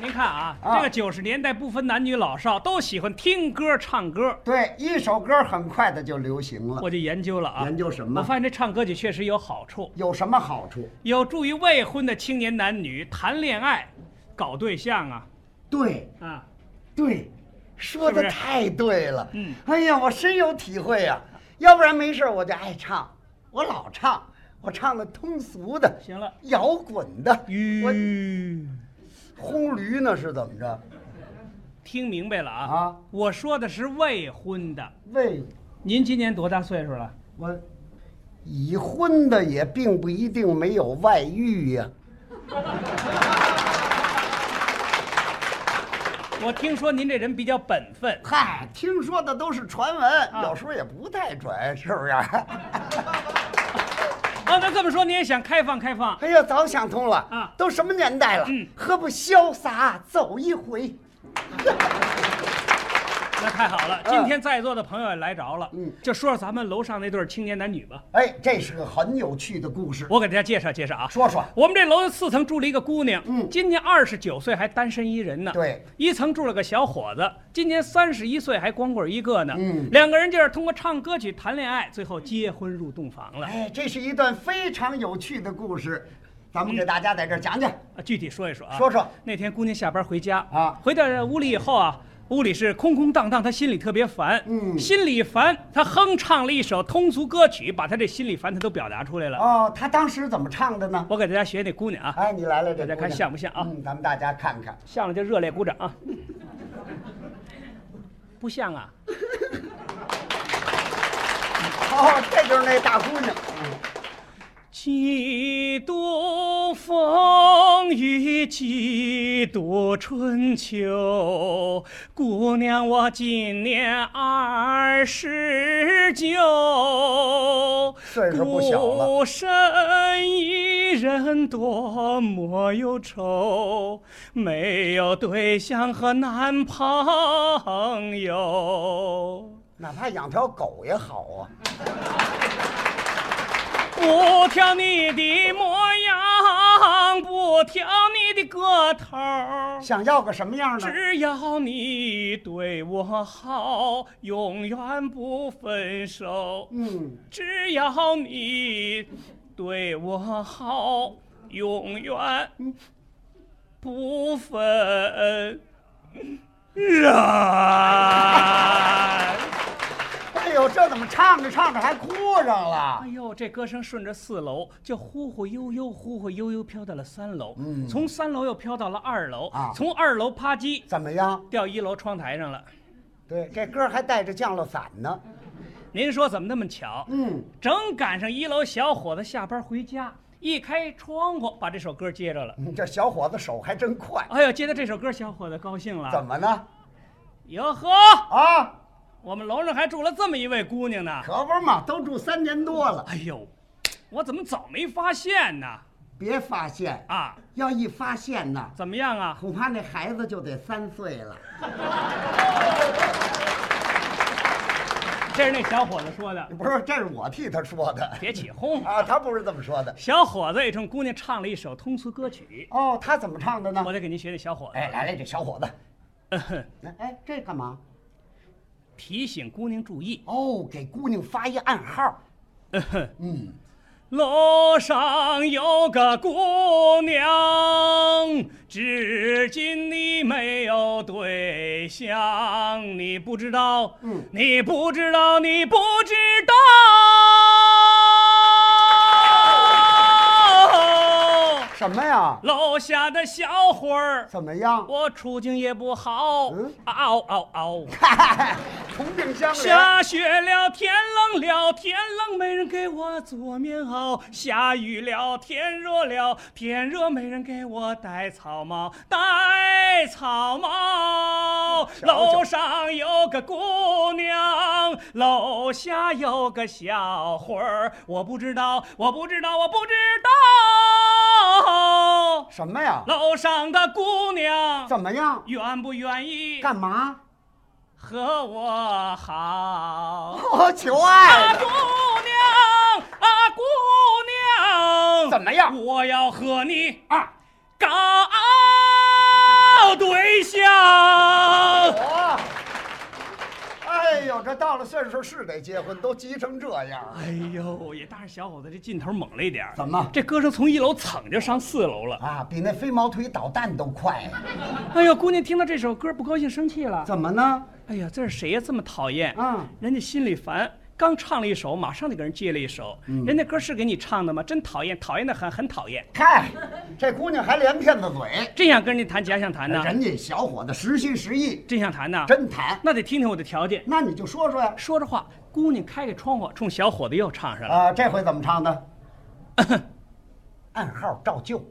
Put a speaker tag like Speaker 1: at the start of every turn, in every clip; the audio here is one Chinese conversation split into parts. Speaker 1: 您看啊，
Speaker 2: 啊
Speaker 1: 这个九十年代不分男女老少都喜欢听歌唱歌，
Speaker 2: 对，一首歌很快的就流行了。
Speaker 1: 我就研究了啊，
Speaker 2: 研究什
Speaker 1: 我
Speaker 2: 么？
Speaker 1: 发现这唱歌曲确实有好处，
Speaker 2: 有什么好处？
Speaker 1: 有助于未婚的青年男女谈恋爱、搞对象啊
Speaker 2: 对
Speaker 1: 啊！
Speaker 2: 对，说
Speaker 1: 是
Speaker 2: 的
Speaker 1: 不是
Speaker 2: 太对了。
Speaker 1: 嗯，
Speaker 2: 哎呀，我深有体会呀、要不然没事儿我就爱唱，我老唱，我唱的通俗的、
Speaker 1: 行了，
Speaker 2: 摇滚的。我
Speaker 1: 吁，
Speaker 2: 轰驴呢是怎么着？
Speaker 1: 听明白了啊？
Speaker 2: 啊，
Speaker 1: 我说的是未婚的。
Speaker 2: 为
Speaker 1: 您今年多大岁数了？
Speaker 2: 我已婚的也并不一定没有外遇呀、
Speaker 1: 我听说您这人比较本分，
Speaker 2: 嗨，听说的都是传
Speaker 1: 啊
Speaker 2: 闻，有时候也不太准，是不是？
Speaker 1: 啊，那这么说您也想开放开放？
Speaker 2: 哎呀，早想通了
Speaker 1: 啊
Speaker 2: 都什么年代了，
Speaker 1: 嗯
Speaker 2: 何不潇洒走一回？
Speaker 1: 那太好了，
Speaker 2: 嗯
Speaker 1: 今天在座的朋友也来着了，
Speaker 2: 嗯
Speaker 1: 就说说咱们楼上那对青年男女吧。
Speaker 2: 哎，这是个很有趣的故事，
Speaker 1: 我给大家介绍介绍啊，
Speaker 2: 说说。
Speaker 1: 我们这楼四层住了一个姑娘，
Speaker 2: 嗯
Speaker 1: 今年二十九岁还单身一人呢。
Speaker 2: 对，
Speaker 1: 一层住了个小伙子，今年三十一岁还光棍一个呢。
Speaker 2: 嗯
Speaker 1: 两个人就是通过唱歌曲谈恋爱，最后结婚入洞房了。
Speaker 2: 哎，这是一段非常有趣的故事，咱
Speaker 1: 嗯
Speaker 2: 们给大家在这儿讲讲，
Speaker 1: 啊，具体说一说啊。
Speaker 2: 说说。
Speaker 1: 那天姑娘下班回家
Speaker 2: 啊
Speaker 1: 回到屋里以后啊，屋里是空空荡荡，她心里特别烦。
Speaker 2: 嗯
Speaker 1: 心里烦，她哼唱了一首通俗歌曲，把她这心里烦她都表达出来了。
Speaker 2: 哦，他当时怎么唱的呢？
Speaker 1: 我给大家学那姑娘啊，
Speaker 2: 哎，你来了，这
Speaker 1: 大家
Speaker 2: 姑
Speaker 1: 看
Speaker 2: 娘
Speaker 1: 像不像啊
Speaker 2: 嗯，咱们大家看看，
Speaker 1: 像了就热烈鼓掌啊。 不像啊，
Speaker 2: 哦，这就是那大姑娘，
Speaker 1: 几度风雨几度春秋，姑娘我今年二十九，
Speaker 2: 岁数不小了
Speaker 1: 孤身一人多么忧愁，没有对象和男朋友。
Speaker 2: 哪怕养条狗也好啊。
Speaker 1: 不挑你的模样，不挑你的个头儿，
Speaker 2: 想要个什么样的？
Speaker 1: 只要你对我好，永远不分手。
Speaker 2: 嗯，
Speaker 1: 只要你对我好，永远不分 人。
Speaker 2: 哎呦，这怎么唱着唱着还哭上了
Speaker 1: 哎？呦，这歌声顺着四楼就忽忽悠悠、忽忽悠悠飘到了三楼，
Speaker 2: 嗯
Speaker 1: 从三楼又飘到了二楼，
Speaker 2: 啊
Speaker 1: 从二楼啪叽
Speaker 2: 怎么样？
Speaker 1: 掉一楼窗台上了。
Speaker 2: 对，这歌还带着降落伞呢。
Speaker 1: 您说怎么那么巧？
Speaker 2: 嗯，
Speaker 1: 正赶上一楼小伙子下班回家，一开窗户把这首歌接着了。
Speaker 2: 这小伙子手还真快，
Speaker 1: 哎呦，接到这首歌，小伙子高兴了
Speaker 2: 怎。么呢？
Speaker 1: 哟呵，
Speaker 2: 啊，
Speaker 1: 我们楼上还住了这么一位姑娘呢。
Speaker 2: 可不是嘛，都住三年多了，
Speaker 1: 哎呦，我怎么早没发现呢？
Speaker 2: 别发现，
Speaker 1: 啊，
Speaker 2: 要一发现呢，
Speaker 1: 怎么样啊？
Speaker 2: 恐怕那孩子就得三岁了。
Speaker 1: 这是那小伙子说的，
Speaker 2: 不是，这是我替他说的
Speaker 1: 别起哄。
Speaker 2: 啊，他不是这么说的。
Speaker 1: 小伙子也冲姑娘唱了一首通俗歌曲，
Speaker 2: 哦，他怎么唱的呢
Speaker 1: 我？得给您学那小伙子。
Speaker 2: 哎，来来，这小伙子，
Speaker 1: 呃
Speaker 2: 哎，这干嘛？
Speaker 1: 提醒姑娘注意，
Speaker 2: 哦，给姑娘发一暗号。嗯，
Speaker 1: 楼上有个姑娘，至今你没有对象，你不知道，
Speaker 2: 嗯
Speaker 1: 你不知道，你不知道，
Speaker 2: 什么呀？
Speaker 1: 楼下的小伙儿，
Speaker 2: 怎么样？
Speaker 1: 我处境也不好，
Speaker 2: 嗯
Speaker 1: 嗷嗷嗷。
Speaker 2: 同病相怜。
Speaker 1: 下雪了，天冷了，天冷没人给我做棉袄；下雨了，天热了，天热没人给我戴草帽，戴草帽。
Speaker 2: 瞧瞧
Speaker 1: 楼上有个姑娘，楼下有个小伙儿，我不知道，我不知道，我不知道。
Speaker 2: 什么呀？
Speaker 1: 楼上的姑娘
Speaker 2: 怎么样？
Speaker 1: 愿不愿意
Speaker 2: 干嘛？
Speaker 1: 和我好？
Speaker 2: 哦，求
Speaker 1: 啊，
Speaker 2: 爱
Speaker 1: 姑娘，啊，姑娘，
Speaker 2: 怎么样
Speaker 1: 我要和你
Speaker 2: 啊！
Speaker 1: 搞
Speaker 2: 哦哎这到了岁数是得结婚，都急成这样。
Speaker 1: 哎呦，也但是小伙子这劲头猛了一点儿
Speaker 2: 怎么
Speaker 1: 这歌声从一楼蹭就上四楼了。
Speaker 2: 啊，比那飞毛腿捣蛋都快呀、
Speaker 1: 哎呦，姑娘听到这首歌不高兴生气了。
Speaker 2: 怎么呢？
Speaker 1: 哎呀，这是谁呀？这么讨厌！
Speaker 2: 嗯
Speaker 1: 人家心里烦，刚唱了一首，马上就给人接了一首。人家歌是给你唱的吗？真讨厌，讨厌的很，很讨厌。
Speaker 2: 嗨，这姑娘还连骗子嘴，
Speaker 1: 真想跟人家谈，假想谈呢？
Speaker 2: 人家小伙子实心实意，
Speaker 1: 真想谈呢？
Speaker 2: 真谈。
Speaker 1: 那得听听我的条件。
Speaker 2: 那你就说说呀，
Speaker 1: 说着话，姑娘开开窗户，冲小伙子又唱上了。
Speaker 2: 啊，这回怎么唱 的？暗号照旧。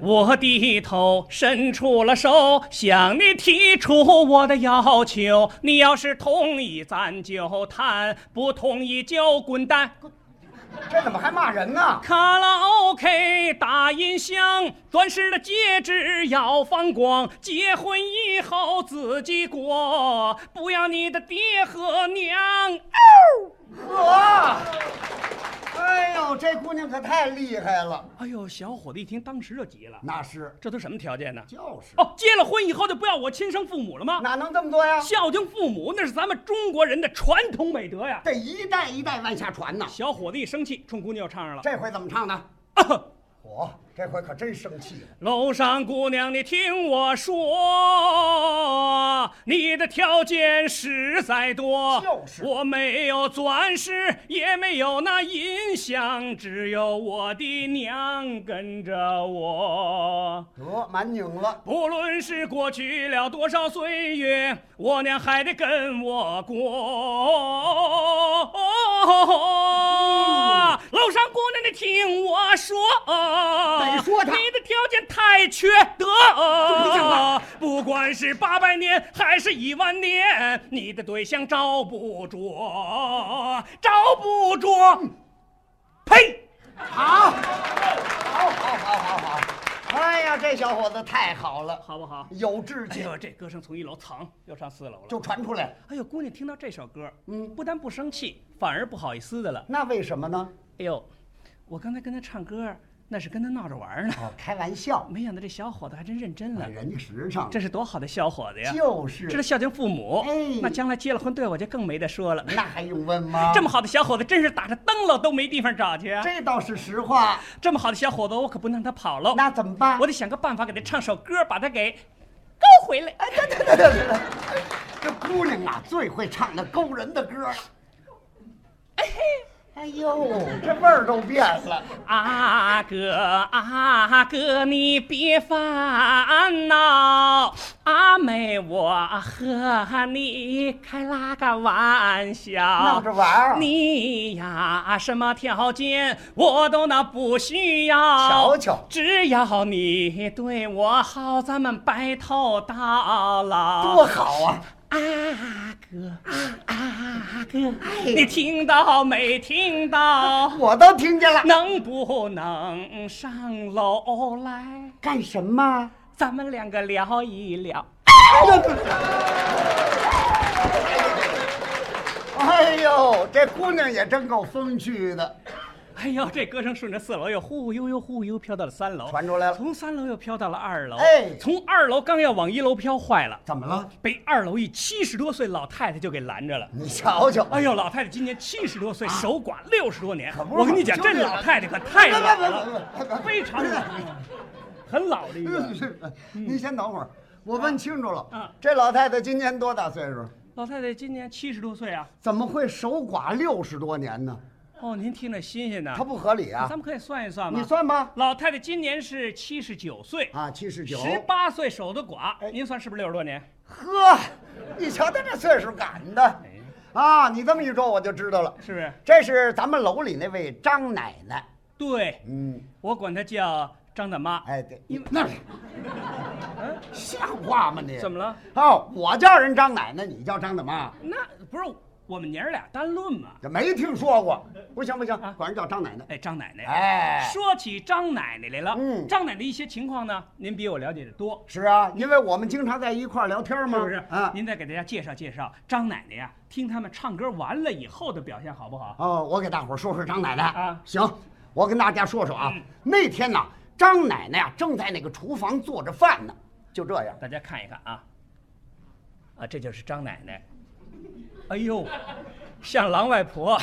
Speaker 1: 我低头伸出了手，向你提出我的要求。你要是同意，咱就谈；不同意就滚蛋。
Speaker 2: 这怎么还骂人呢？
Speaker 1: 卡拉 OK 大音响，钻石的戒指要放光。结婚以后自己过，不要你的爹和娘。
Speaker 2: 我，哎呦，这姑娘可太厉害了。
Speaker 1: 哎呦，小伙子一听，当时就急了，
Speaker 2: 那是，
Speaker 1: 这都什么条件呢？
Speaker 2: 就是，
Speaker 1: 哦，结了婚以后就不要我亲生父母了吗？
Speaker 2: 哪能这么做呀？
Speaker 1: 孝敬父母那是咱们中国人的传统美德呀。
Speaker 2: 这一代一代往下传呐。
Speaker 1: 小伙子一生气，冲姑娘又唱上了。
Speaker 2: 这回怎么唱的？我这回可真生气了。
Speaker 1: 楼上姑娘，你听我说，你的条件实在多，
Speaker 2: 就是
Speaker 1: 我没有钻石，也没有那音响，只有我的娘跟着我。
Speaker 2: 得，满拧了。
Speaker 1: 不论是过去了多少岁月，我娘还得跟我过。楼上姑娘，你听我说，
Speaker 2: 得说她
Speaker 1: 你的条件太缺德。不管是八百年还是一万年，你的对象找不着，找不着。呸！
Speaker 2: 好，好，好，好，好，好。哎呀，这小伙子太好了，
Speaker 1: 好不好？
Speaker 2: 有志
Speaker 1: 哎
Speaker 2: 气，
Speaker 1: 呦，这歌声从一楼藏又上四楼了。
Speaker 2: 就传出来了。
Speaker 1: 哎呦，姑娘听到这首歌，
Speaker 2: 嗯
Speaker 1: 不但不生气，反而不好意思的了。
Speaker 2: 那为什么呢？
Speaker 1: 哎呦，我刚才跟他唱歌，那是跟他闹着玩儿呢，
Speaker 2: 哦，开玩笑，
Speaker 1: 没想到这小伙子还真认真了
Speaker 2: 哎，人家时尚，
Speaker 1: 这是多好的小伙子呀！
Speaker 2: 就
Speaker 1: 知道
Speaker 2: 是，
Speaker 1: 孝敬父母，
Speaker 2: 哎
Speaker 1: 那将来结了婚对我就更没得说了。
Speaker 2: 那还用问吗？
Speaker 1: 这么好的小伙子，真是打着灯笼都没地方找去啊！
Speaker 2: 这倒是实话。
Speaker 1: 这么好的小伙子，我可不能让他跑喽，
Speaker 2: 那怎么办？
Speaker 1: 我得想个办法给他唱首歌，把他给勾回来。
Speaker 2: 哎，对对对对对， 这姑娘啊，最会唱那勾人的歌了。哎呦，这味儿都变了。
Speaker 1: 阿哥，阿哥，你别烦恼，阿妹我和你开那个玩
Speaker 2: 闹
Speaker 1: 笑
Speaker 2: 着。玩儿，啊
Speaker 1: 你呀，什么条件我都那不需要，
Speaker 2: 瞧瞧
Speaker 1: 只要你对我好，咱们白头到老。
Speaker 2: 多好啊！
Speaker 1: 阿哥，阿哥，
Speaker 2: 哎
Speaker 1: 你听到没听到？
Speaker 2: 我都听见了。
Speaker 1: 能不能上楼来？
Speaker 2: 干什么？
Speaker 1: 咱们两个聊一聊。
Speaker 2: 哎呦，这姑娘也真够风趣的。
Speaker 1: 哎呦，这歌声顺着四楼又忽忽悠悠、忽忽悠悠飘到了三楼，
Speaker 2: 传出来了
Speaker 1: 从三楼又飘到了二楼，
Speaker 2: 哎
Speaker 1: 从二楼刚要往一楼飘，坏了，
Speaker 2: 怎么了？
Speaker 1: 被二楼一七十多岁老太太就给拦着了。
Speaker 2: 你瞧瞧，
Speaker 1: 哎呦，老太太今年七十多岁，守寡六十多年
Speaker 2: 可。不是
Speaker 1: 我跟你讲，
Speaker 2: 就
Speaker 1: 这
Speaker 2: 是
Speaker 1: 老太太可太老
Speaker 2: 别别
Speaker 1: 了，
Speaker 2: 别别别别
Speaker 1: 非常老，很老的一个。
Speaker 2: 你先等会儿，我问清楚了
Speaker 1: 嗯，
Speaker 2: 这老太太今年多大岁数？
Speaker 1: 老太太今年七十多岁啊！
Speaker 2: 怎么会守寡六十多年呢？
Speaker 1: 哦，您听着新鲜呢。
Speaker 2: 她不合理啊
Speaker 1: 咱！们可以算一算吗？
Speaker 2: 你算吧。
Speaker 1: 老太太今年是七十九岁，
Speaker 2: 啊，七十九。
Speaker 1: 十八岁守的寡
Speaker 2: 哎，
Speaker 1: 您算是不是六十多年？
Speaker 2: 呵，你瞧他这岁数赶的，
Speaker 1: 哎
Speaker 2: 啊，你这么一说我就知道了，
Speaker 1: 是不是？
Speaker 2: 这是咱们楼里那位张奶奶。
Speaker 1: 对，
Speaker 2: 嗯，
Speaker 1: 我管她叫张大妈。
Speaker 2: 哎，对，
Speaker 1: 因为
Speaker 2: 那是，像话吗你？
Speaker 1: 怎么了？
Speaker 2: 哦，我叫人张奶奶，你叫张大妈，
Speaker 1: 那不是我们娘儿俩单论嘛？
Speaker 2: 这没听说过。不行不行
Speaker 1: 啊，
Speaker 2: 管人叫张奶奶。
Speaker 1: 哎，张奶奶。
Speaker 2: 哎，
Speaker 1: 说起张奶奶来了，
Speaker 2: 嗯
Speaker 1: 张奶奶一些情况呢，您比我了解的多，
Speaker 2: 是啊，因为我们经常在一块儿聊天嘛，
Speaker 1: 是不是？
Speaker 2: 啊，
Speaker 1: 您再给大家介绍介绍张奶奶呀、听他们唱歌完了以后的表现好不好？
Speaker 2: 哦，我给大伙儿说说张奶奶
Speaker 1: 啊嗯
Speaker 2: 行，我跟大家说说啊，那天呢，张奶奶呀、正在那个厨房做着饭呢，就这样。
Speaker 1: 大家看一看啊，啊，这就是张奶奶。哎呦，像狼外婆。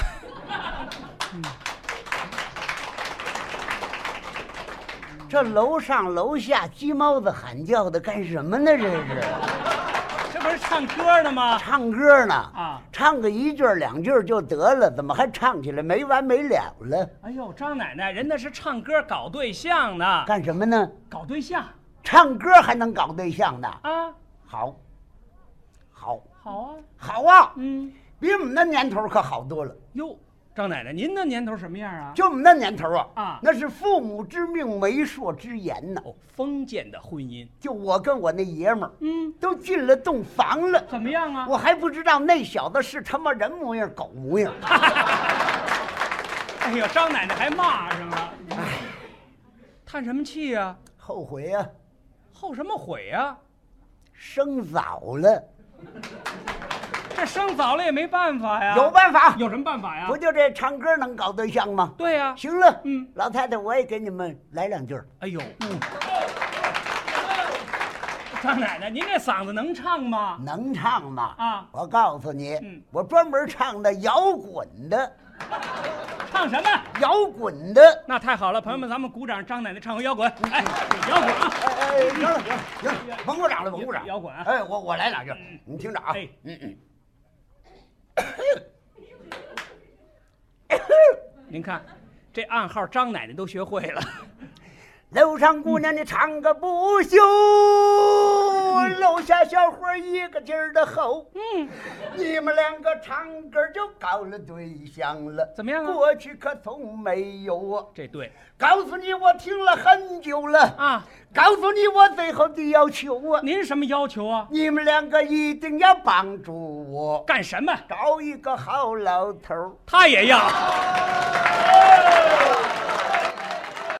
Speaker 2: 这楼上楼下鸡毛子喊叫的干什么呢？这是
Speaker 1: 这不是唱歌呢吗？
Speaker 2: 唱歌呢
Speaker 1: 啊
Speaker 2: 唱个一句儿两句儿就得了，怎么还唱起来没完没了了？
Speaker 1: 哎呦，张奶奶，人那是唱歌搞对象呢，
Speaker 2: 干什么呢？
Speaker 1: 搞对象
Speaker 2: 唱歌还能搞对象呢？
Speaker 1: 啊，
Speaker 2: 好，好，
Speaker 1: 好啊，
Speaker 2: 好啊！
Speaker 1: 嗯，
Speaker 2: 比我们那年头可好多了。
Speaker 1: 哟，张奶奶，您那年头什么样啊？
Speaker 2: 就我们那年头啊，
Speaker 1: 啊
Speaker 2: 那是父母之命，媒妁之言呐、
Speaker 1: 哦，封建的婚姻，
Speaker 2: 就我跟我那爷们儿
Speaker 1: 嗯，
Speaker 2: 都进了洞房了，
Speaker 1: 怎么样啊？
Speaker 2: 我还不知道那小子是他妈人模样狗模样。
Speaker 1: 哎呦，张奶奶还骂上了，哎，叹什么气啊？
Speaker 2: 后悔啊，
Speaker 1: 后什么悔啊？
Speaker 2: 生早了，
Speaker 1: 这生早了也没办法呀。
Speaker 2: 有办法，
Speaker 1: 啊有什么办法呀
Speaker 2: 不？就这唱歌能搞对象吗？
Speaker 1: 对呀、
Speaker 2: 行了，
Speaker 1: 嗯
Speaker 2: 老太太，我也给你们来两句儿。
Speaker 1: 哎呦，
Speaker 2: 嗯
Speaker 1: 张奶奶，您这嗓子能唱吗？
Speaker 2: 能唱吗？
Speaker 1: 啊
Speaker 2: 我告诉你，
Speaker 1: 嗯
Speaker 2: 我专门唱的摇滚的，
Speaker 1: 唱什么？
Speaker 2: 摇滚的。
Speaker 1: 那太好了，朋友们，咱们鼓掌，张奶奶唱回摇滚，哎，摇滚啊！
Speaker 2: 哎哎，行了行了行了，甭鼓掌了，甭鼓掌。
Speaker 1: 哎摇滚啊
Speaker 2: 哎，我我来两句儿，你听着啊。
Speaker 1: 哎
Speaker 2: 嗯嗯。
Speaker 1: 您看，这暗号张奶奶都学会了，
Speaker 2: 楼上姑娘你唱个不休，
Speaker 1: 嗯
Speaker 2: 楼下小伙儿一个劲儿的吼。嗯，你们两个唱歌就搞了对象了，
Speaker 1: 怎么样啊
Speaker 2: 过去可从没有啊！
Speaker 1: 这对
Speaker 2: 告诉你，我听了很久了
Speaker 1: 啊。
Speaker 2: 告诉你，我最后的要求啊，
Speaker 1: 您什么要求啊？
Speaker 2: 你们两个一定要帮助我
Speaker 1: 干什么？
Speaker 2: 找一个好老头儿。
Speaker 1: 他也要。